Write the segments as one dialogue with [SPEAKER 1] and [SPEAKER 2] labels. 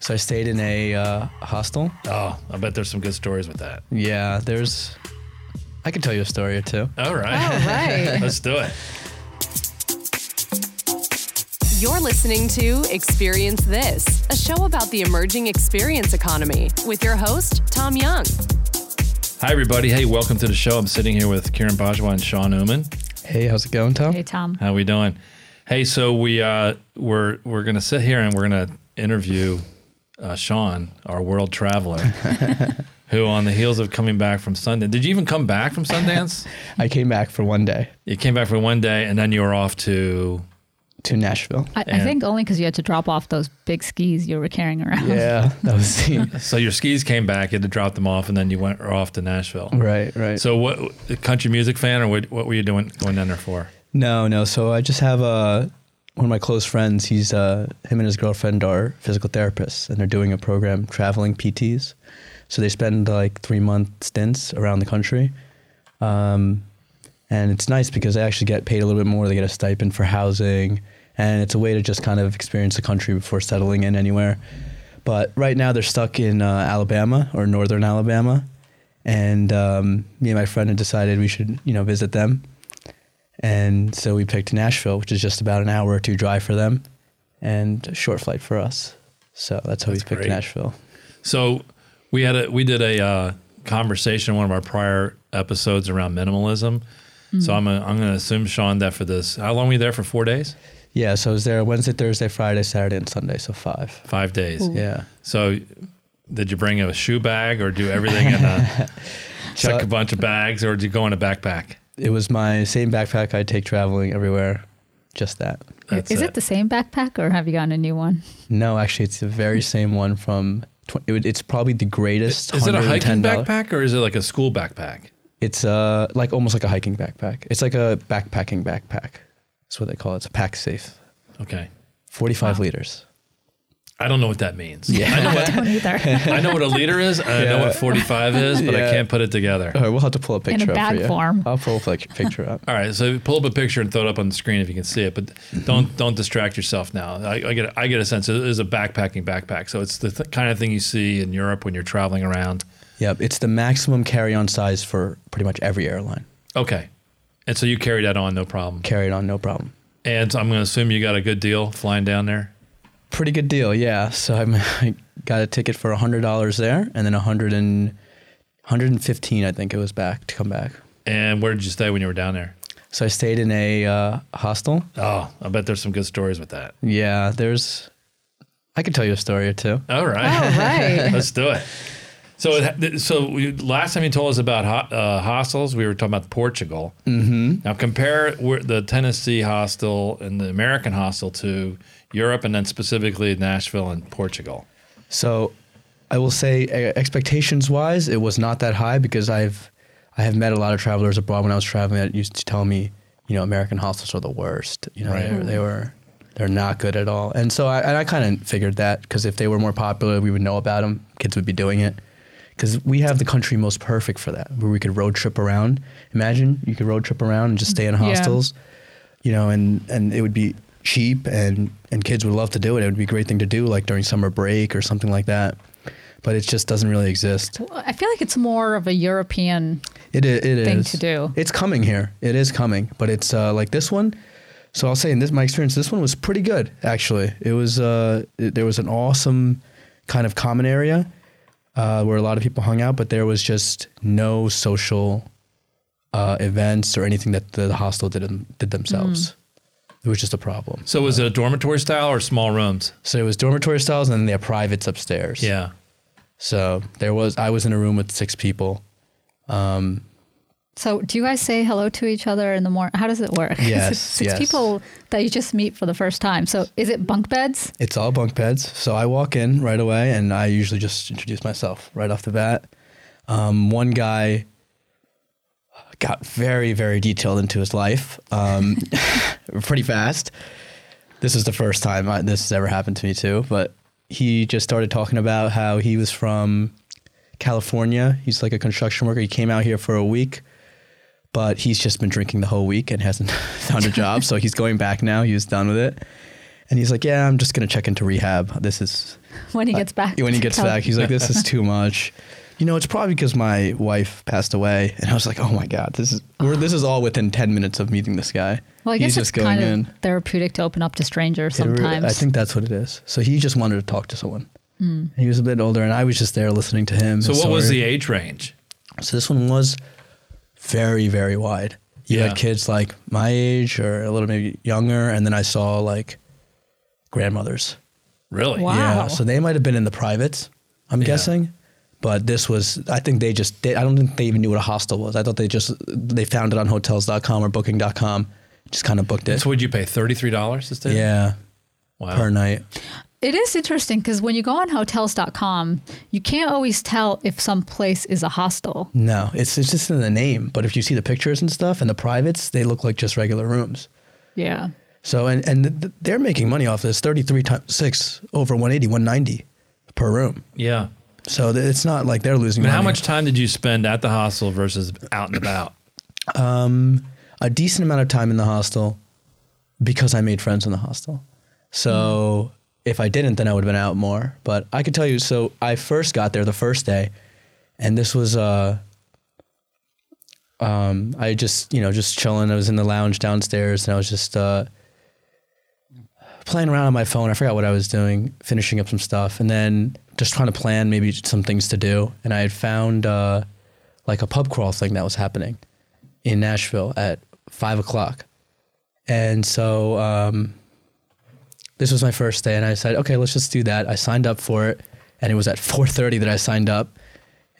[SPEAKER 1] So I stayed in a uh, hostel.
[SPEAKER 2] Oh, I bet there's some good stories with that.
[SPEAKER 1] Yeah, there's. I could tell you a story or two.
[SPEAKER 2] All
[SPEAKER 3] All
[SPEAKER 2] right.
[SPEAKER 3] right.
[SPEAKER 2] Let's do it.
[SPEAKER 3] You're listening to Experience This, a show about the emerging experience economy with your host, Tom Young.
[SPEAKER 2] Hi, everybody. Hey, welcome to the show. I'm sitting here with Kieran Bajwa and Sean Oman.
[SPEAKER 1] Hey, how's it going, Tom?
[SPEAKER 4] Hey, Tom.
[SPEAKER 2] How we doing? Hey, so we uh, we're we're gonna sit here and we're gonna interview uh, Sean, our world traveler, who on the heels of coming back from Sundance. Did you even come back from Sundance?
[SPEAKER 1] I came back for one day
[SPEAKER 2] you came back for one day, and then you were off to.
[SPEAKER 1] to Nashville.
[SPEAKER 4] I, I
[SPEAKER 2] And-
[SPEAKER 4] think only because you had to drop off those big skis you were carrying around.
[SPEAKER 1] Yeah, that was the,
[SPEAKER 2] So your skis came back, you had to drop them off, and then you went off to Nashville.
[SPEAKER 1] right, right.
[SPEAKER 2] So what? a Country music fan, or what? What were you doing going down there for?
[SPEAKER 1] No, no. So I just have uh, one of my close friends. He's uh, him and his girlfriend are physical therapists, and they're doing a program traveling PTs. So they spend like three month stints around the country, um, and it's nice because they actually get paid a little bit more. They get a stipend for housing, and it's a way to just kind of experience the country before settling in anywhere. But right now they're stuck in uh, Alabama or northern Alabama, and um, me and my friend had decided we should you know visit them. And so we picked Nashville, which is just about an hour or two drive for them and a short flight for us. So that's how
[SPEAKER 2] That's
[SPEAKER 1] we picked
[SPEAKER 2] great.
[SPEAKER 1] Nashville.
[SPEAKER 2] So we had a we did a uh, conversation in one of our prior episodes around minimalism. So I'm i I'm going to assume Sean that for this. How long were you there for? Four days,
[SPEAKER 1] Yeah, so I was there Wednesday, Thursday, Friday, Saturday, and Sunday, so five.
[SPEAKER 2] five days.
[SPEAKER 1] Yeah.
[SPEAKER 2] So did you bring a shoe bag or do everything in a check a bunch of bags or did you go in a backpack?
[SPEAKER 1] It was my same backpack I take traveling everywhere, just that.
[SPEAKER 2] That's
[SPEAKER 4] Is
[SPEAKER 2] it.
[SPEAKER 4] it the same backpack or have you gotten a new one?
[SPEAKER 1] No, actually, it's the
[SPEAKER 2] Mm.
[SPEAKER 1] very same one from, tw- it would- it's probably the greatest.
[SPEAKER 2] Is it a hiking
[SPEAKER 1] $110
[SPEAKER 2] backpack or is it like a school backpack?
[SPEAKER 1] It's uh, like almost like a hiking backpack. It's like a backpacking backpack. That's what they call it. It's a pack safe,
[SPEAKER 2] Okay.
[SPEAKER 1] 45 liters.
[SPEAKER 2] I don't know what that means.
[SPEAKER 1] Yeah.
[SPEAKER 4] I don't either.
[SPEAKER 2] I know what a liter is. and I know what 45 is, but I
[SPEAKER 1] Yeah.
[SPEAKER 2] can't put it together.
[SPEAKER 1] All right, we'll have to pull a picture up
[SPEAKER 4] bag
[SPEAKER 1] for you.
[SPEAKER 4] form.
[SPEAKER 1] I'll pull a pic- picture up.
[SPEAKER 2] All right, so pull up a picture and throw it up on the screen if you can see it, but don't don't distract yourself now. I, I get a, I get a sense it is a backpacking backpack, so it's the th- kind of thing you see in Europe when you're traveling around.
[SPEAKER 1] Yep, it's the maximum carry-on size for pretty much every airline.
[SPEAKER 2] Okay, and so you carry that on no problem.
[SPEAKER 1] Carry it on, no problem.
[SPEAKER 2] And I'm going to assume you got a good deal flying down there.
[SPEAKER 1] Pretty good deal, yeah. So I'm, I got a ticket for hundred dollars there, and then a hundred and hundred and fifteen, I think it was back to come back.
[SPEAKER 2] And where did you stay when you were down there?
[SPEAKER 1] So I stayed in a uh, hostel.
[SPEAKER 2] Oh, I bet there's some good stories with that.
[SPEAKER 1] Yeah, there's. I could tell you a story or two.
[SPEAKER 2] All right,
[SPEAKER 3] All right.
[SPEAKER 2] let's do it. So, it, so we, last time you told us about ho- uh, hostels, we were talking about Portugal. Mm-hmm. Now compare where, the Tennessee hostel and the American hostel to Europe, and then specifically Nashville and Portugal.
[SPEAKER 1] So I will say expectations wise, it was not that high because I've I have met a lot of travelers abroad when I was traveling that used to tell me, you know, American hostels are the worst. You know,
[SPEAKER 2] Right.
[SPEAKER 1] they, were- they were they're not good at all. And so I and I kind of figured that because if they were more popular, we would know about them. Kids would be doing it. Because we have the country most perfect for that, where we could road trip around. Imagine you could road trip around and just stay in hostels, you know, and, and it would be cheap and, and kids would love to do it. It would be a great thing to do, like during summer break or something like that. But it just doesn't really exist.
[SPEAKER 4] Well, I feel like it's more of a European.
[SPEAKER 1] It i- it is
[SPEAKER 4] Thing to do.
[SPEAKER 1] It's coming here. It is coming, but it's uh, like this one. So I'll say in this my experience, this one was pretty good actually. It was uh, it- there was an awesome kind of common area uh, where a lot of people hung out, but there was just no social uh, events or anything that the hostel did them- did themselves.
[SPEAKER 4] Mm.
[SPEAKER 1] It was just a problem.
[SPEAKER 2] So, was it a dormitory style or small rooms?
[SPEAKER 1] So it was dormitory styles, and then they have privates upstairs.
[SPEAKER 2] Yeah.
[SPEAKER 1] So there was I was in a room with six people.
[SPEAKER 4] So, do you guys say hello to each other in the morning? How does it work? Is it
[SPEAKER 1] Yes,
[SPEAKER 4] Six
[SPEAKER 1] yes.
[SPEAKER 4] people that you just meet for the first time. So, is it bunk beds?
[SPEAKER 1] It's all bunk beds. So I walk in right away and I usually just introduce myself right off the bat. Um, one guy got very, very detailed into his life um, pretty fast. This is the first time I, this has ever happened to me, too. But he just started talking about how he was from California. He's like a construction worker. He came out here for a week, but he's just been drinking the whole week and hasn't found a job. so he's going back now. He was done with it. And he's like, "Yeah, I'm just gonna check into rehab. This is
[SPEAKER 4] when he gets back.
[SPEAKER 1] Uh, When he
[SPEAKER 4] to
[SPEAKER 1] gets
[SPEAKER 4] Cal-
[SPEAKER 1] back, he's like, "This is too much." You know, it's probably because my wife passed away, and I was like, "Oh my god, this is we're, this is all within ten minutes of meeting this guy."
[SPEAKER 4] Well, I guess
[SPEAKER 1] he's
[SPEAKER 4] it's
[SPEAKER 1] just going
[SPEAKER 4] kind
[SPEAKER 1] in.
[SPEAKER 4] of therapeutic to open up to strangers
[SPEAKER 1] It re-
[SPEAKER 4] sometimes. Hmm.
[SPEAKER 1] I think that's what it is. So he just wanted to talk to someone. He was a bit older, and I was just there listening to him.
[SPEAKER 2] So
[SPEAKER 1] his
[SPEAKER 2] what was
[SPEAKER 1] story.
[SPEAKER 2] the age range?
[SPEAKER 1] So this one was very, very wide. You
[SPEAKER 2] Yeah.
[SPEAKER 1] had kids like my age or a little maybe younger, and then I saw like grandmothers.
[SPEAKER 2] Really?
[SPEAKER 4] Wow.
[SPEAKER 1] Yeah. So they might have been in the privates, I'm
[SPEAKER 2] Yeah.
[SPEAKER 1] guessing. But this was, I think they just, they, I don't think they even knew what a hostel was. I thought they just, they found it on hotels.com or booking.com, just kind of booked it.
[SPEAKER 2] That's what you pay thirty three dollars to stay.
[SPEAKER 1] yeah.
[SPEAKER 2] Wow.
[SPEAKER 1] Per night.
[SPEAKER 4] It is interesting because when you go on hotels.com, you can't always tell if some place is a hostel.
[SPEAKER 1] No, it's, it's just in the name. But if you see the pictures and stuff and the privates, they look like just regular rooms.
[SPEAKER 4] Yeah.
[SPEAKER 1] So, and, and th- th- they're making money off this 33 times six over 180, 190 per room.
[SPEAKER 2] Yeah.
[SPEAKER 1] So th- it's not like they're losing
[SPEAKER 2] I mean,
[SPEAKER 1] money.
[SPEAKER 2] how much time did you spend at the hostel versus out and about?
[SPEAKER 1] a decent amount of time in the hostel because I made friends in the hostel. So if I didn't, then I would have been out more. But I could tell you, so I first got there the first day, and this was uh um I just, you know, just chilling. I was in the lounge downstairs and I was just uh playing around on my phone. I forgot what I was doing, finishing up some stuff, and then just trying to plan maybe some things to do. And I had found uh, like a pub crawl thing that was happening in Nashville at five o'clock. And so um, this was my first day, and I said, okay, let's just do that. I signed up for it, and it was at four thirty that I signed up.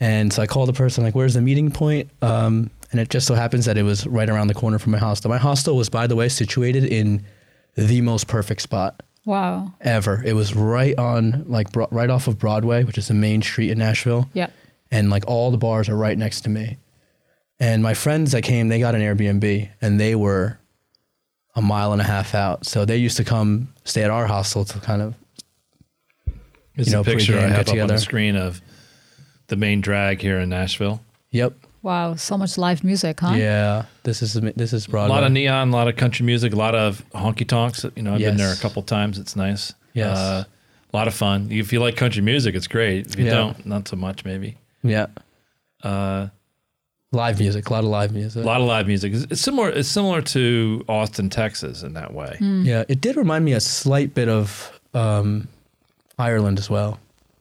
[SPEAKER 1] And so I called the person like, "Where's the meeting point?" Um, and it just so happens that it was right around the corner from my hostel. My hostel was, by the way, situated in the most perfect spot
[SPEAKER 4] Wow.
[SPEAKER 1] ever. It was right on like bro- right off of Broadway, which is the main street in Nashville.
[SPEAKER 4] Yep.
[SPEAKER 1] And like all the bars are right next to me. And my friends that came, they got an Airbnb and they were a mile and a half out. So they used to come stay at our hostel to kind of
[SPEAKER 2] It's
[SPEAKER 1] You know,
[SPEAKER 2] a picture I
[SPEAKER 1] pregame
[SPEAKER 2] have up on
[SPEAKER 1] get-together.
[SPEAKER 2] the screen of the main drag here in Nashville.
[SPEAKER 1] yep.
[SPEAKER 4] Wow. So much live music, huh?
[SPEAKER 1] Yeah. This is this is
[SPEAKER 2] A
[SPEAKER 1] Broadway.
[SPEAKER 2] lot of neon, a lot of country music, a lot of honky tonks. You know, I've been
[SPEAKER 1] Yes.
[SPEAKER 2] there a couple times. It's nice.
[SPEAKER 1] Yes.
[SPEAKER 2] a lot of fun. If you like country music, it's great. If you
[SPEAKER 1] Yeah.
[SPEAKER 2] don't, not so much maybe. Uh,
[SPEAKER 1] yeah. Uh live music, a lot of live music.
[SPEAKER 2] A lot of live music. It's it's similar. It's similar to Austin, Texas, in that way.
[SPEAKER 1] Yeah, it did remind me a slight bit of um, Ireland as well,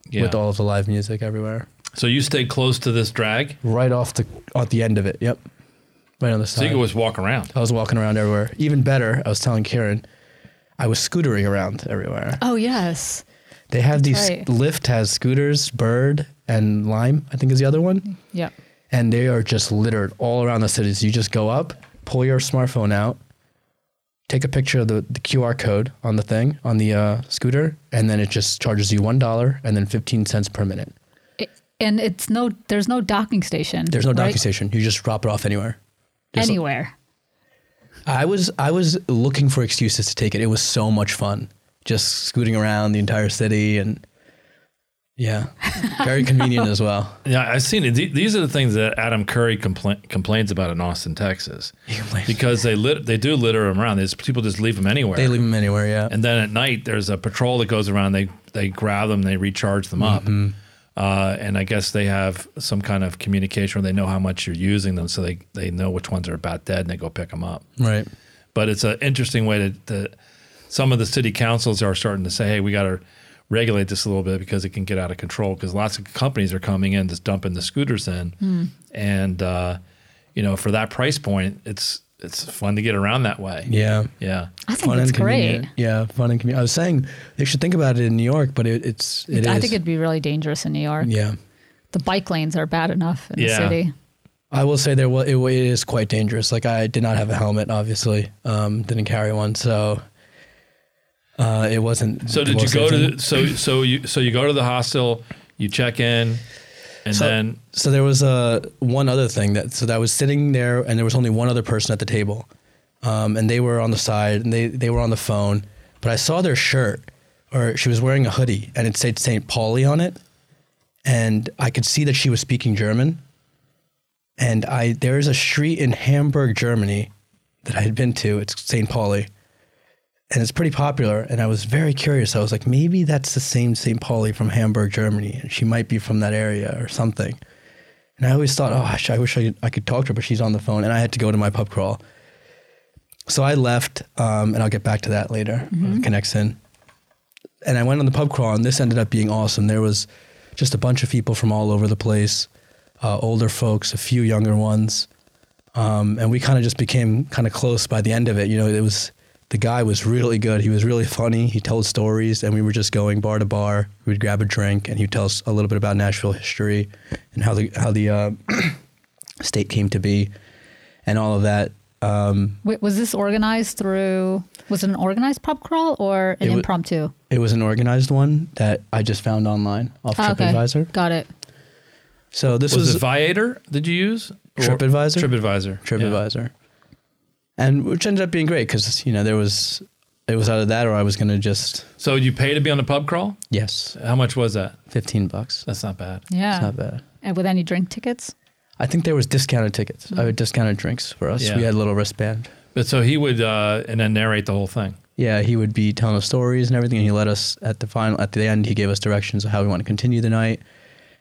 [SPEAKER 2] Yeah.
[SPEAKER 1] with all of the live music everywhere.
[SPEAKER 2] So you stayed close to this drag,
[SPEAKER 1] Right off the at the end of it. Yep, right on the
[SPEAKER 2] so
[SPEAKER 1] side.
[SPEAKER 2] you could just walk around.
[SPEAKER 1] I was walking around everywhere. Even better, I was telling Karen, I was scootering around everywhere.
[SPEAKER 4] Oh, yes.
[SPEAKER 1] They have these.
[SPEAKER 4] right.
[SPEAKER 1] Lyft has scooters, Bird, and Lime. I think is the other one,
[SPEAKER 4] Yep.
[SPEAKER 1] and they are just littered all around the cities. You just go up, pull your smartphone out. Take a picture of the, the QR code on the thing, on the uh, scooter, and then it just charges you $1 and then 15 cents per minute.
[SPEAKER 4] It, and it's no, there's no docking station.
[SPEAKER 1] There's no
[SPEAKER 4] right?
[SPEAKER 1] docking station. You just drop it off anywhere. There's-
[SPEAKER 4] Anywhere.
[SPEAKER 1] I was I was looking for excuses to take it. It was so much fun, just scooting around the entire city and yeah, very convenient as well.
[SPEAKER 2] Yeah, I've seen it. The- These are the things that Adam Curry compla- complains about in Austin, Texas,
[SPEAKER 1] complains.
[SPEAKER 2] because they lit- they do litter them around. There's people just leave them anywhere.
[SPEAKER 1] They leave them anywhere, yeah.
[SPEAKER 2] and then at night there's a patrol that goes around. They they grab them, they recharge them up, uh, and I guess they have some kind of communication where they know how much you're using them, so they they know which ones are about dead, and they go pick them up.
[SPEAKER 1] right.
[SPEAKER 2] But it's an interesting way to, to some of the city councils are starting to say, hey, we got to regulate this a little bit because it can get out of control because lots of companies are coming in just dumping the scooters in. And, uh, you know, for that price point, it's it's fun to get around that way.
[SPEAKER 1] Yeah.
[SPEAKER 2] Yeah.
[SPEAKER 4] I think it's great.
[SPEAKER 1] convenient. Yeah, fun and convenient. I was saying they should think about it in New York, but it, it's it is.
[SPEAKER 4] I think it'd be really dangerous in New York.
[SPEAKER 1] yeah.
[SPEAKER 4] The bike lanes are bad enough in
[SPEAKER 2] Yeah.
[SPEAKER 4] the city.
[SPEAKER 1] I will say there was it, wa- it is quite dangerous. Like I did not have a helmet, obviously, um, didn't carry one, so uh, it wasn't.
[SPEAKER 2] So
[SPEAKER 1] the
[SPEAKER 2] did you
[SPEAKER 1] most safe
[SPEAKER 2] go to
[SPEAKER 1] thing.
[SPEAKER 2] the, so so you so you go to the hostel, you check in, and
[SPEAKER 1] So-
[SPEAKER 2] then
[SPEAKER 1] So there was uh, one other thing that so that I was sitting there and there was only one other person at the table, um, and they were on the side and they they were on the phone, but I saw their shirt or she was wearing a hoodie and it said St. Pauli on it, and I could see that she was speaking German. And I there is a street in Hamburg, Germany, that I had been to. It's St. Pauli, and it's pretty popular. And I was very curious. I was like, maybe that's the same St. Pauli from Hamburg, Germany, and she might be from that area or something. And I always thought, oh, I sh- I wish I could, I could talk to her, but she's on the phone, and I had to go to my pub crawl. So I left, um, and I'll get back to that later. Connects in, and I went on the pub crawl, and this ended up being awesome. There was just a bunch of people from all over the place, uh, older folks, a few younger ones, um, and we kind of just became kind of close by the end of it. You know, it was the guy was really good. He was really funny. He told stories, and we were just going bar to bar. We'd grab a drink, and he'd tell us a little bit about Nashville history and how the how the uh, state came to be, and all of that. Um,
[SPEAKER 4] Wait, was this organized through? Was it an organized pub crawl or an
[SPEAKER 1] It wa-
[SPEAKER 4] impromptu?
[SPEAKER 1] It was an organized one that I just found online off
[SPEAKER 4] Ah,
[SPEAKER 1] TripAdvisor.
[SPEAKER 4] got it.
[SPEAKER 1] So this
[SPEAKER 2] Was
[SPEAKER 1] was,
[SPEAKER 2] it Viator? Did you use Or-
[SPEAKER 1] TripAdvisor?
[SPEAKER 2] TripAdvisor.
[SPEAKER 1] TripAdvisor, and which ended up being great because you know there was it was either that or I was gonna just
[SPEAKER 2] Yeah. So you pay to be on the pub crawl?
[SPEAKER 1] yes,
[SPEAKER 2] How much was that?
[SPEAKER 1] fifteen bucks.
[SPEAKER 2] That's not bad.
[SPEAKER 4] Yeah.
[SPEAKER 1] It's not bad.
[SPEAKER 4] And with any drink tickets?
[SPEAKER 1] I think there was discounted tickets. I would discounted drinks for us.
[SPEAKER 2] Yeah.
[SPEAKER 1] We had a little wristband.
[SPEAKER 2] But so he would uh, and then narrate the whole thing.
[SPEAKER 1] Yeah, he would be telling us stories and everything. And he let us at the final, at the end, he gave us directions of how we want to continue the night.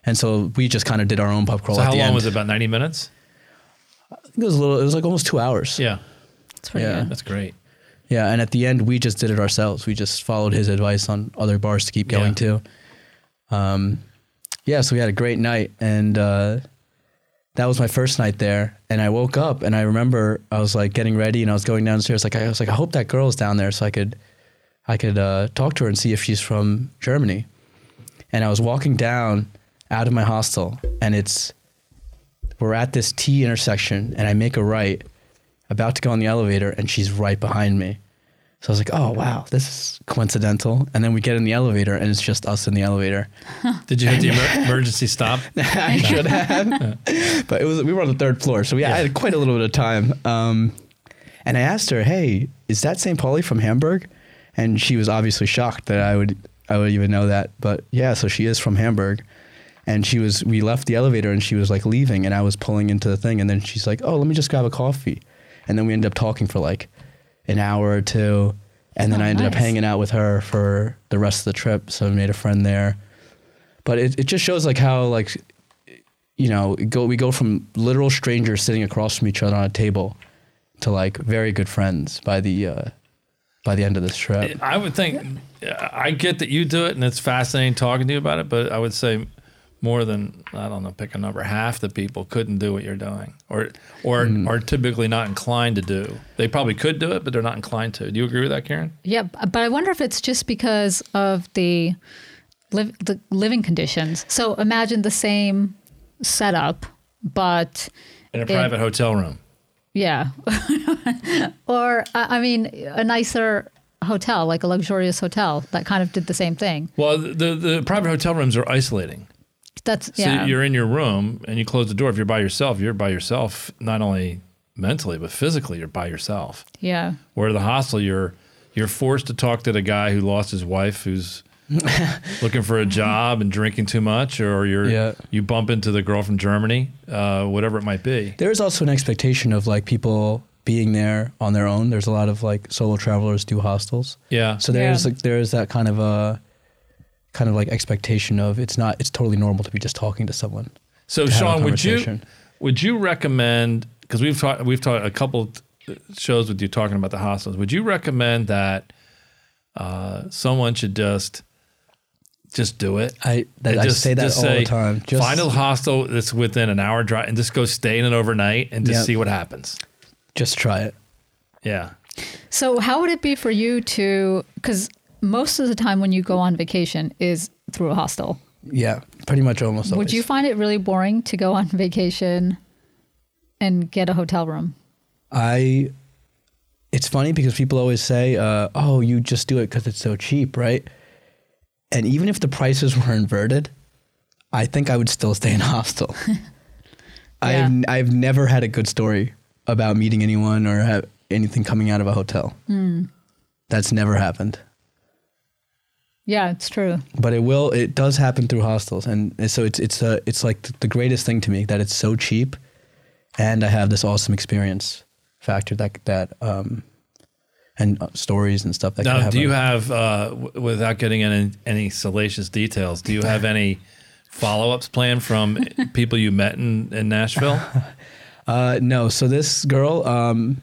[SPEAKER 1] And so we just kind of did our own pub crawl.
[SPEAKER 2] So
[SPEAKER 1] at
[SPEAKER 2] how
[SPEAKER 1] the
[SPEAKER 2] long
[SPEAKER 1] end.
[SPEAKER 2] was it? About ninety minutes.
[SPEAKER 1] I think it was a little. It was like almost two hours.
[SPEAKER 2] Yeah,
[SPEAKER 4] That's pretty
[SPEAKER 1] Yeah.
[SPEAKER 4] good.
[SPEAKER 2] that's great.
[SPEAKER 1] Yeah, and at the end, we just did it ourselves. We just followed his advice on other bars to keep going
[SPEAKER 2] Yeah.
[SPEAKER 1] to. Um, yeah, so we had a great night, and uh, that was my first night there. And I woke up, and I remember I was like getting ready, and I was going downstairs. Like I was like, I hope that girl's down there, so I could, I could uh, talk to her and see if she's from Germany. And I was walking down out of my hostel, and it's we're at this T intersection, and I make a right, about to go on the elevator, and she's right behind me. So I was like, oh, wow, this is coincidental. And then we get in the elevator and it's just us in the elevator.
[SPEAKER 2] Did you hit the emer- emergency stop?
[SPEAKER 1] I should have. but it was, we were on the third floor. So we I had quite a little bit of time. Um, and I asked her, hey, is that St. Pauli from Hamburg? And she was obviously shocked that I would, I would even know that. But yeah, so she is from Hamburg. And she was, we left the elevator and she was like leaving and I was pulling into the thing. And then she's like, oh, let me just grab a coffee. And then we ended up talking for like an hour or two. And then
[SPEAKER 4] Oh,
[SPEAKER 1] I ended up
[SPEAKER 4] nice.
[SPEAKER 1] hanging out with her for the rest of the trip. So I made a friend there. But it, it just shows like how like you know, it go we go from literal strangers sitting across from each other on a table to like very good friends by the uh, by the end of this trip.
[SPEAKER 2] I would think I get that you do it, and it's fascinating talking to you about it. But I would say more than I don't know, pick a number. Half the people couldn't do what you're doing, or or
[SPEAKER 1] Hmm.
[SPEAKER 2] are typically not inclined to do. They probably could do it, but they're not inclined to. Do you agree with that, Karen?
[SPEAKER 4] Yeah, b- but I wonder if it's just because of the live the living conditions. So imagine the same setup, but
[SPEAKER 2] In a private hotel room.
[SPEAKER 4] yeah, or I I mean a nicer hotel, like a luxurious hotel that kind of did the same thing.
[SPEAKER 2] Well, the the private hotel rooms are isolating.
[SPEAKER 4] That's
[SPEAKER 2] So
[SPEAKER 4] yeah.
[SPEAKER 2] you're in your room and you close the door. If you're by yourself, you're by yourself. Not only mentally, but physically, you're by yourself.
[SPEAKER 4] yeah.
[SPEAKER 2] Where the hostel, you're you're forced to talk to the guy who lost his wife, who's looking for a job and drinking too much, or you're
[SPEAKER 1] Yeah.
[SPEAKER 2] you bump into the girl from Germany, uh, whatever it might be.
[SPEAKER 1] There is also an expectation of like people being there on their own. There's a lot of like solo travelers do hostels.
[SPEAKER 2] Yeah.
[SPEAKER 1] So there's
[SPEAKER 4] Yeah.
[SPEAKER 1] like there is that kind of a kind of like expectation of it's not it's totally normal to be just talking to someone.
[SPEAKER 2] So
[SPEAKER 1] to have a
[SPEAKER 2] Sean, would you
[SPEAKER 1] conversation.
[SPEAKER 2] would you recommend because we've taught we've taught a couple shows with you talking about the hostels. Would you recommend that uh, someone should just just do it?
[SPEAKER 1] I that,
[SPEAKER 2] And
[SPEAKER 1] I say that all
[SPEAKER 2] say,
[SPEAKER 1] the time. Just
[SPEAKER 2] find a hostel that's within an hour drive and just go stay in it overnight and just
[SPEAKER 1] Yep.
[SPEAKER 2] see what happens.
[SPEAKER 1] just try it.
[SPEAKER 2] Yeah.
[SPEAKER 4] So how would it be for you to? Because most of the time when you go on vacation is through a hostel.
[SPEAKER 1] Yeah, pretty much almost always.
[SPEAKER 4] Would you find it really boring to go on vacation and get a hotel room?
[SPEAKER 1] I. It's funny because people always say, uh, "Oh, you just do it because it's so cheap, right?" And even if the prices were inverted, I think I would still stay in a hostel. I've
[SPEAKER 4] Yeah.
[SPEAKER 1] I've never had a good story about meeting anyone or have anything coming out of a hotel. That's never happened,
[SPEAKER 4] Yeah, it's true.
[SPEAKER 1] but it will. It does happen through hostels, and so it's it's uh, it's like th- the greatest thing to me that it's so cheap, and I have this awesome experience factor that that um, and uh, stories and stuff that could
[SPEAKER 2] Now,
[SPEAKER 1] have
[SPEAKER 2] do you
[SPEAKER 1] on-
[SPEAKER 2] have, uh, w- without getting into any salacious details, do you have any follow ups planned from people you met in, in Nashville?
[SPEAKER 1] uh, no so this girl um,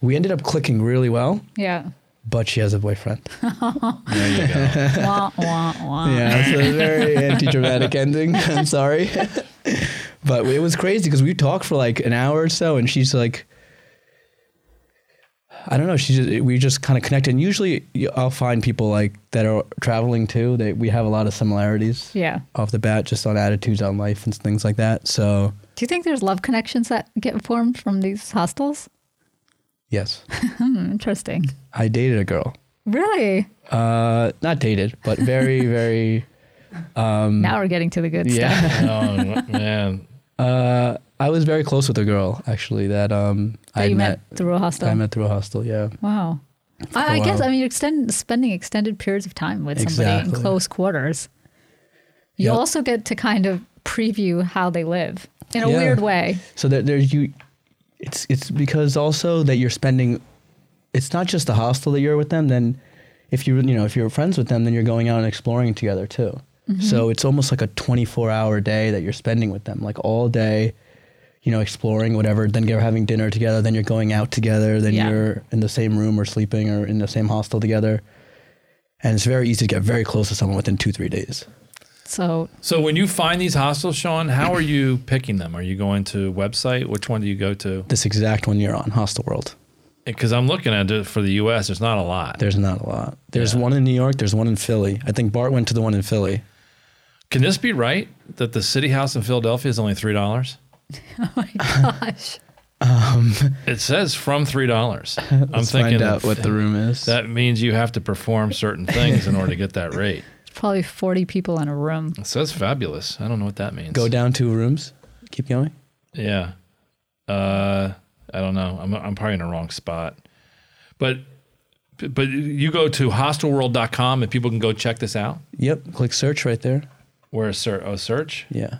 [SPEAKER 1] we ended up clicking really well
[SPEAKER 4] Yeah.
[SPEAKER 1] but she has a boyfriend
[SPEAKER 2] There you go.
[SPEAKER 4] wah, wah, wah.
[SPEAKER 1] Yeah, it's a very anti-dramatic ending. I'm sorry, but it was crazy because we talked for like an hour or so, and she's like, I don't know. She just we just kind of connected. And usually, y- I'll find people like that are traveling too. That we have a lot of similarities.
[SPEAKER 4] Yeah.
[SPEAKER 1] Off the bat, just on attitudes on life and things like that. So
[SPEAKER 4] Do you think there's love connections that get formed from these hostels?
[SPEAKER 1] yes,
[SPEAKER 4] Interesting.
[SPEAKER 1] I dated a girl.
[SPEAKER 4] Really?
[SPEAKER 1] Uh, not dated, but very, very.
[SPEAKER 4] now we're getting to the good stuff.
[SPEAKER 1] Um, Yeah,
[SPEAKER 2] Oh, man.
[SPEAKER 1] uh, I was very close with a girl actually that um
[SPEAKER 4] That
[SPEAKER 1] I
[SPEAKER 4] you
[SPEAKER 1] met.
[SPEAKER 4] met, through a hostel.
[SPEAKER 1] I met through a hostel. Yeah.
[SPEAKER 4] wow. I, I
[SPEAKER 1] a
[SPEAKER 4] guess
[SPEAKER 1] while.
[SPEAKER 4] I mean you're extend, spending extended periods of time with somebody
[SPEAKER 1] Exactly.
[SPEAKER 4] in close quarters. You
[SPEAKER 1] Yep.
[SPEAKER 4] also get to kind of preview how they live in a
[SPEAKER 1] Yeah.
[SPEAKER 4] weird way.
[SPEAKER 1] So there, there's you. It's it's because also that you're spending. It's not just the hostel that you're with them. Then, if you you know if you're friends with them, then you're going out and exploring together too.
[SPEAKER 4] Mm-hmm.
[SPEAKER 1] So it's almost like a 24 hour day that you're spending with them, like all day. You know, exploring whatever. Then you're having dinner together. Then you're going out together. Then
[SPEAKER 4] Yeah.
[SPEAKER 1] you're in the same room or sleeping or in the same hostel together. And it's very easy to get very close to someone within two three days.
[SPEAKER 4] So
[SPEAKER 2] So when you find these hostels, Sean, how are you picking them? Are you going to website? Which one do you go to?
[SPEAKER 1] This exact one you're on, Hostel World.
[SPEAKER 2] Because I'm looking at it for the U.S. There's not a lot.
[SPEAKER 1] There's not a lot. There's
[SPEAKER 2] Yeah.
[SPEAKER 1] one in New York. There's one in Philly. I think Bart went to the one in Philly.
[SPEAKER 2] Can this be right that the city house in Philadelphia is only three dollars?
[SPEAKER 4] oh gosh.
[SPEAKER 2] It says from three dollars. I'm
[SPEAKER 1] Let's
[SPEAKER 2] thinking
[SPEAKER 1] find out what the room is.
[SPEAKER 2] that means you have to perform certain things in order to get that rate.
[SPEAKER 4] Probably 40 people in a room.
[SPEAKER 2] It says fabulous. I don't know what that means.
[SPEAKER 1] Go down two rooms. Keep going.
[SPEAKER 2] Yeah. Uh, I don't know. I'm I'm probably in the wrong spot. But but you go to hostelworld.com and people can go check this out.
[SPEAKER 1] Yep. Click search right there.
[SPEAKER 2] Where a search? Oh, search.
[SPEAKER 1] Yeah.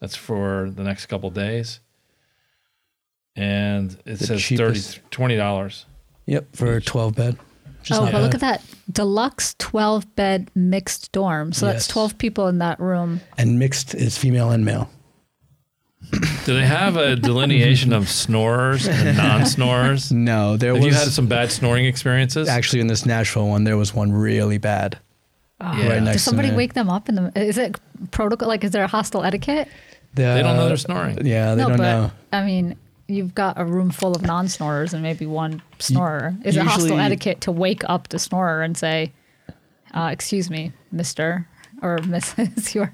[SPEAKER 2] That's for the next couple days. And it
[SPEAKER 1] The
[SPEAKER 2] says 30,
[SPEAKER 1] cheapest.
[SPEAKER 2] $20.
[SPEAKER 1] Yep. For a 12 bed. Which is
[SPEAKER 4] oh,
[SPEAKER 1] not
[SPEAKER 4] but look
[SPEAKER 1] bad.
[SPEAKER 4] at that deluxe 12 bed mixed dorm. So
[SPEAKER 1] Yes.
[SPEAKER 4] that's 12 people in that room.
[SPEAKER 1] And mixed is female and male.
[SPEAKER 2] Do they have a delineation of snorers and non-snorers? Have
[SPEAKER 1] No, there
[SPEAKER 2] you
[SPEAKER 1] was
[SPEAKER 2] had some bad snoring experiences?
[SPEAKER 1] actually in this Nashville one, there was one really bad. right next
[SPEAKER 4] Does somebody
[SPEAKER 1] to me.
[SPEAKER 4] wake them up in the? Is it protocol? Like, is there a hostel etiquette?
[SPEAKER 1] The-
[SPEAKER 2] They don't
[SPEAKER 1] Uh,
[SPEAKER 2] know they're snoring.
[SPEAKER 1] Yeah, they don't
[SPEAKER 4] but
[SPEAKER 1] know.
[SPEAKER 4] I mean, you've got a room full of non-snorers and maybe one snorer. Is it hostel
[SPEAKER 1] usually-
[SPEAKER 4] etiquette to wake up the snorer and say, uh, "Excuse me, Mister or Mrs. You're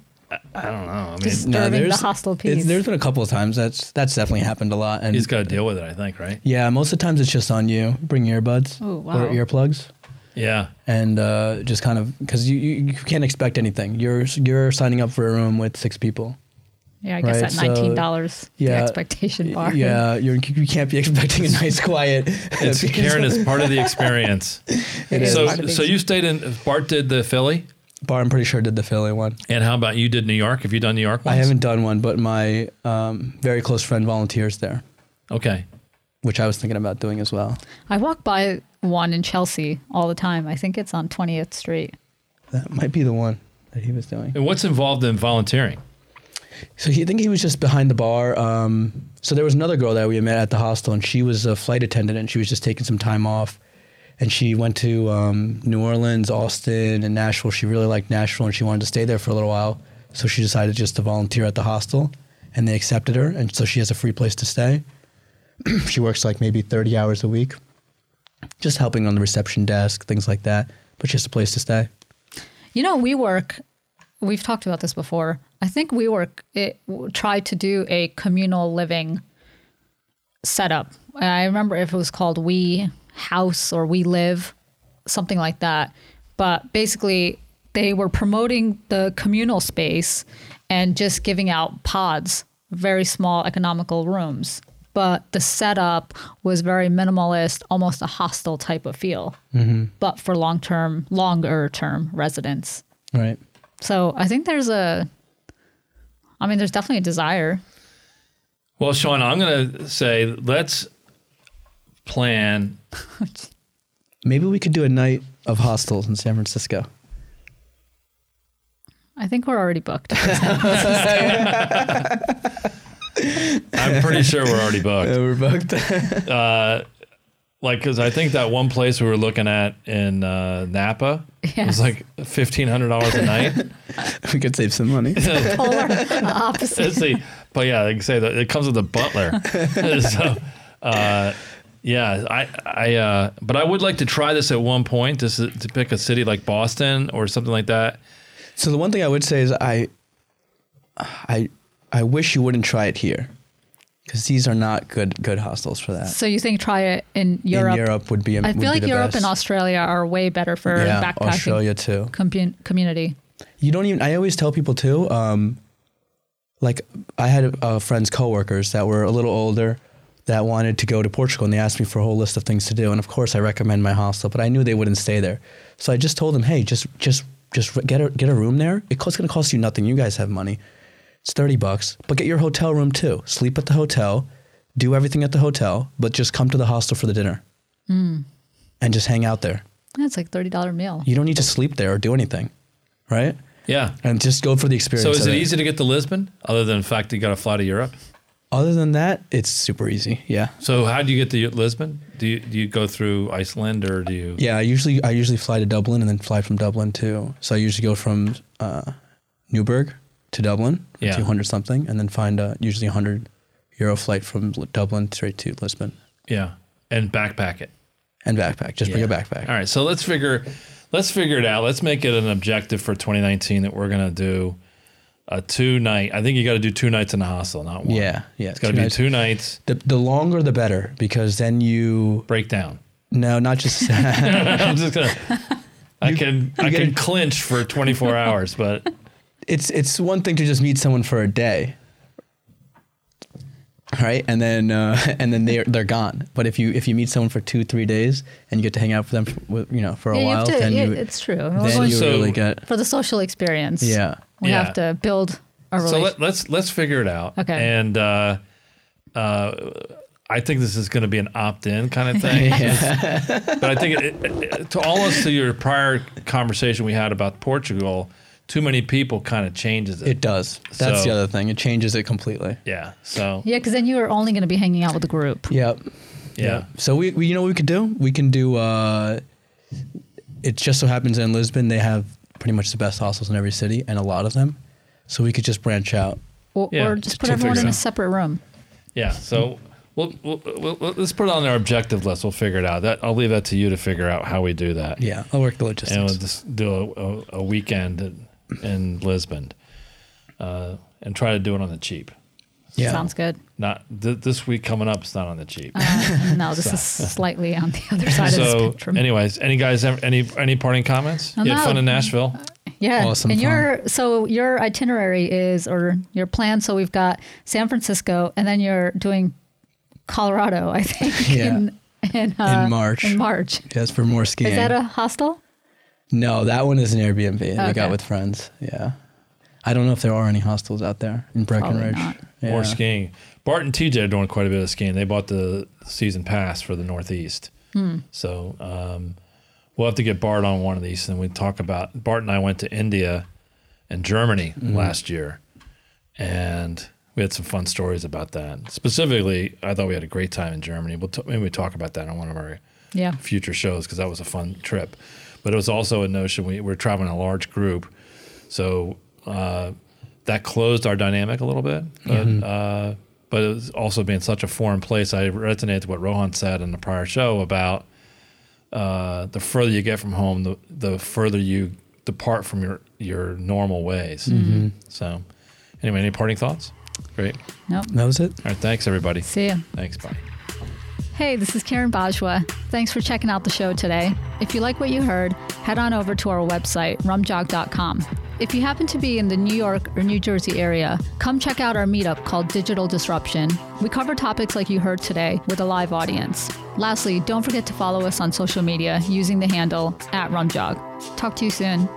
[SPEAKER 2] I don't know. I
[SPEAKER 1] No,
[SPEAKER 2] mean,
[SPEAKER 4] disturbing the
[SPEAKER 1] there's
[SPEAKER 4] hostel
[SPEAKER 1] it-
[SPEAKER 4] peace."
[SPEAKER 1] There's been a couple of times that's that's definitely happened a lot. And
[SPEAKER 2] he's got to deal with it, I think, right?
[SPEAKER 1] yeah, most of the times it's just on you. Bring earbuds
[SPEAKER 4] Oh,
[SPEAKER 1] or
[SPEAKER 4] wow.
[SPEAKER 1] earplugs.
[SPEAKER 2] Yeah.
[SPEAKER 1] and uh, just kind of because you, you you can't expect anything. You're you're signing up for a room with six people.
[SPEAKER 4] yeah, I guess
[SPEAKER 1] right,
[SPEAKER 4] at
[SPEAKER 1] so-
[SPEAKER 4] nineteen dollars, the
[SPEAKER 1] yeah,
[SPEAKER 4] expectation bar.
[SPEAKER 1] Yeah, you're, you can't be expecting a nice quiet.
[SPEAKER 2] It's Karen is part of the experience.
[SPEAKER 1] is.
[SPEAKER 2] so
[SPEAKER 4] Part of the
[SPEAKER 2] so you stayed in Bart did the Philly,
[SPEAKER 1] Bar, I'm pretty sure did the Philly one.
[SPEAKER 2] and how about you did New York? Have you done New York
[SPEAKER 1] I
[SPEAKER 2] once?
[SPEAKER 1] haven't done one, but my um, very close friend volunteers there,
[SPEAKER 2] Okay.
[SPEAKER 1] which I was thinking about doing as well.
[SPEAKER 4] I walk by one in Chelsea all the time. I think it's on Twentieth Street.
[SPEAKER 1] That might be the one that he was doing.
[SPEAKER 2] And what's involved in volunteering?
[SPEAKER 1] So he, I think he was just behind the bar. Um, so there was another girl that we had met at the hostel, and she was a flight attendant, and she was just taking some time off. And she went to um, New Orleans, Austin, and Nashville. She really liked Nashville, and she wanted to stay there for a little while. So she decided just to volunteer at the hostel, and they accepted her. And so she has a free place to stay. she works like maybe 30 hours a week, just helping on the reception desk, things like that. But she has a place to stay.
[SPEAKER 4] You know, WeWork, we've talked about this before. I think WeWork it w- tried to do a communal living setup. And I remember if it was called We House or We Live, something like that. But basically, they were promoting the communal space and just giving out pods, very small economical rooms. But the setup was very minimalist, almost a hostel type of feel, but for long term, longer term residents.
[SPEAKER 1] Right.
[SPEAKER 4] So I think there's a, I mean, there's definitely a desire.
[SPEAKER 2] Well, Sean, I'm going to say let's plan
[SPEAKER 1] Maybe we could do a night of hostels in San Francisco.
[SPEAKER 4] I think we're already booked.
[SPEAKER 2] I'm pretty sure we're already booked.
[SPEAKER 1] we're booked.
[SPEAKER 2] like because I think that one place we were looking at in uh, Napa was
[SPEAKER 4] Yes.
[SPEAKER 2] like fifteen hundred dollars a night.
[SPEAKER 1] we could save some money.
[SPEAKER 4] Polar opposite.
[SPEAKER 2] Let's see, but yeah, like I say that it comes with a butler. so, uh, yeah, I, I, uh, but I would like to try this at one point, just to, to pick a city like Boston or something like that.
[SPEAKER 1] So the one thing I would say is I, I, I wish you wouldn't try it here, because these are not good good hostels for that.
[SPEAKER 4] So you think try it in Europe?
[SPEAKER 1] In Europe would be.
[SPEAKER 4] I
[SPEAKER 1] would be
[SPEAKER 4] feel like
[SPEAKER 1] the
[SPEAKER 4] Europe
[SPEAKER 1] best.
[SPEAKER 4] and Australia are way better for
[SPEAKER 1] Yeah,
[SPEAKER 4] backpacking
[SPEAKER 1] Australia too.
[SPEAKER 4] compu- community.
[SPEAKER 1] You don't even. I always tell people too. Um, like I had uh, friends, coworkers that were a little older that wanted to go to Portugal, and they asked me for a whole list of things to do. And of course, I recommend my hostel, but I knew they wouldn't stay there, so I just told them, "Hey, just just just get a get a room there. It co- It's going to cost you nothing. You guys have money. It's thirty bucks, but get your hotel room too. Sleep at the hotel, do everything at the hotel, but just come to the hostel for the dinner, and just hang out there.
[SPEAKER 4] That's like thirty dollar meal.
[SPEAKER 1] You don't need to sleep there or do anything, right?"
[SPEAKER 2] Yeah.
[SPEAKER 1] and just go for the experience.
[SPEAKER 2] So is
[SPEAKER 1] of
[SPEAKER 2] it easy to get to Lisbon, other than the fact that you got to fly to Europe?
[SPEAKER 1] Other than that, it's super easy. Yeah,
[SPEAKER 2] So how do you get to Lisbon? Do you do you go through Iceland or do you?
[SPEAKER 1] yeah. I usually I usually fly to Dublin and then fly from Dublin to. So I usually go from uh, Newburgh to Dublin,
[SPEAKER 2] Yeah.
[SPEAKER 1] two hundred something, and then find a usually a hundred euro flight from L- Dublin straight to Lisbon
[SPEAKER 2] Yeah, and backpack it.
[SPEAKER 1] and backpack. Just bring a
[SPEAKER 2] Yeah.
[SPEAKER 1] backpack.
[SPEAKER 2] All right, so let's figure let's figure it out. Let's make it an objective for 2019 that we're gonna do a two night. I think you got to do two nights in the hostel, not one.
[SPEAKER 1] Yeah, yeah.
[SPEAKER 2] it's got to be two nights
[SPEAKER 1] The, the longer the better because then you
[SPEAKER 2] breakdown.
[SPEAKER 1] no not just
[SPEAKER 2] I'm just gonna. I can I
[SPEAKER 1] get-
[SPEAKER 2] can clinch for 24 hours, but
[SPEAKER 1] it's it's one thing to just meet someone for a day, right? And then uh, and then they're they're gone. But if you if you meet someone for two three days and you get to hang out with them for, with, you know for a
[SPEAKER 4] Yeah, you
[SPEAKER 1] while,
[SPEAKER 4] have to,
[SPEAKER 1] then
[SPEAKER 4] yeah,
[SPEAKER 1] you
[SPEAKER 4] it's true.
[SPEAKER 1] then you
[SPEAKER 2] So-
[SPEAKER 1] really get
[SPEAKER 4] for the social experience,
[SPEAKER 1] yeah.
[SPEAKER 4] we
[SPEAKER 2] Yeah.
[SPEAKER 4] have to build a
[SPEAKER 2] so
[SPEAKER 4] relationship.
[SPEAKER 2] let, let's let's figure it out.
[SPEAKER 4] Okay.
[SPEAKER 2] And uh, uh, I think this is going to be an opt-in kind of thing. but I think it, it, it- to almost to your prior conversation we had about Portugal, too many people kind of changes it.
[SPEAKER 1] It does. That's the
[SPEAKER 2] So-
[SPEAKER 1] other thing. It changes it completely.
[SPEAKER 2] yeah. So yeah.
[SPEAKER 4] yeah, because then you are only going to be hanging out with the group.
[SPEAKER 1] Yep. So we, we you know what we could do? We can do. Uh, it just so happens in Lisbon they have pretty much the best hostels in every city and a lot of them, so we could just branch out.
[SPEAKER 4] Or,
[SPEAKER 2] Yeah,
[SPEAKER 4] or just
[SPEAKER 2] to
[SPEAKER 4] put
[SPEAKER 2] figure
[SPEAKER 4] everyone
[SPEAKER 2] it
[SPEAKER 4] in a
[SPEAKER 2] out.
[SPEAKER 4] separate room.
[SPEAKER 2] Yeah. So we'll, we'll, we'll, we'll- let's put it on our objective list. We'll figure it out. That I'll leave that to you to figure out how we do that.
[SPEAKER 1] Yeah, I'll work the logistics.
[SPEAKER 2] and we'll just do a, a, a weekend in, in Lisbon, uh, and try to do it on the cheap.
[SPEAKER 1] yeah.
[SPEAKER 4] Sounds good.
[SPEAKER 2] Not th- this week coming up. It's not on the cheap.
[SPEAKER 4] Uh, no, this is slightly on the other side of the
[SPEAKER 2] so,
[SPEAKER 4] spectrum.
[SPEAKER 2] anyways, any guys have any any parting comments?
[SPEAKER 4] No,
[SPEAKER 2] you had
[SPEAKER 4] no.
[SPEAKER 2] fun in Nashville.
[SPEAKER 4] Yeah.
[SPEAKER 1] Awesome
[SPEAKER 4] And
[SPEAKER 1] fun.
[SPEAKER 4] your so your itinerary is or your plan. So we've got San Francisco, and then you're doing Colorado, I think.
[SPEAKER 1] Yeah.
[SPEAKER 4] In, in, uh,
[SPEAKER 1] March.
[SPEAKER 4] In March.
[SPEAKER 1] Yes, for more skiing.
[SPEAKER 4] Is that a hostel?
[SPEAKER 1] No, that one is an Airbnb. They
[SPEAKER 4] Okay.
[SPEAKER 1] got with friends. Yeah. I don't know if there are any hostels out there in Breckenridge.
[SPEAKER 4] not.
[SPEAKER 1] Yeah.
[SPEAKER 2] More skiing. Bart and TJ are doing quite a bit of skiing. They bought the season pass for the Northeast.
[SPEAKER 4] Hmm.
[SPEAKER 2] So um, we'll have to get Bart on one of these and we talk about. Bart and I went to India and Germany last year, and we had some fun stories about that. Specifically, I thought we had a great time in Germany. We'll t- maybe we talk about that on one of our
[SPEAKER 4] Yeah.
[SPEAKER 2] future shows because that was a fun trip. But it was also a notion we were traveling in a large group, so uh, that closed our dynamic a little bit. But, uh, but it was also being such a foreign place, I resonated with what Rohan said in the prior show about uh, the further you get from home, the the further you depart from your your normal ways. So, anyway, any parting thoughts? Great.
[SPEAKER 4] Nope.
[SPEAKER 1] That was it.
[SPEAKER 2] All right, thanks everybody.
[SPEAKER 4] See you.
[SPEAKER 2] Thanks. Bye.
[SPEAKER 4] Hey, this is Karen Bajwa. Thanks for checking out the show today. If you like what you heard, head on over to our website, rumjog.com. If you happen to be in the New York or New Jersey area, come check out our meetup called Digital Disruption. We cover topics like you heard today with a live audience. Lastly, don't forget to follow us on social media using the handle at rumjog. Talk to you soon.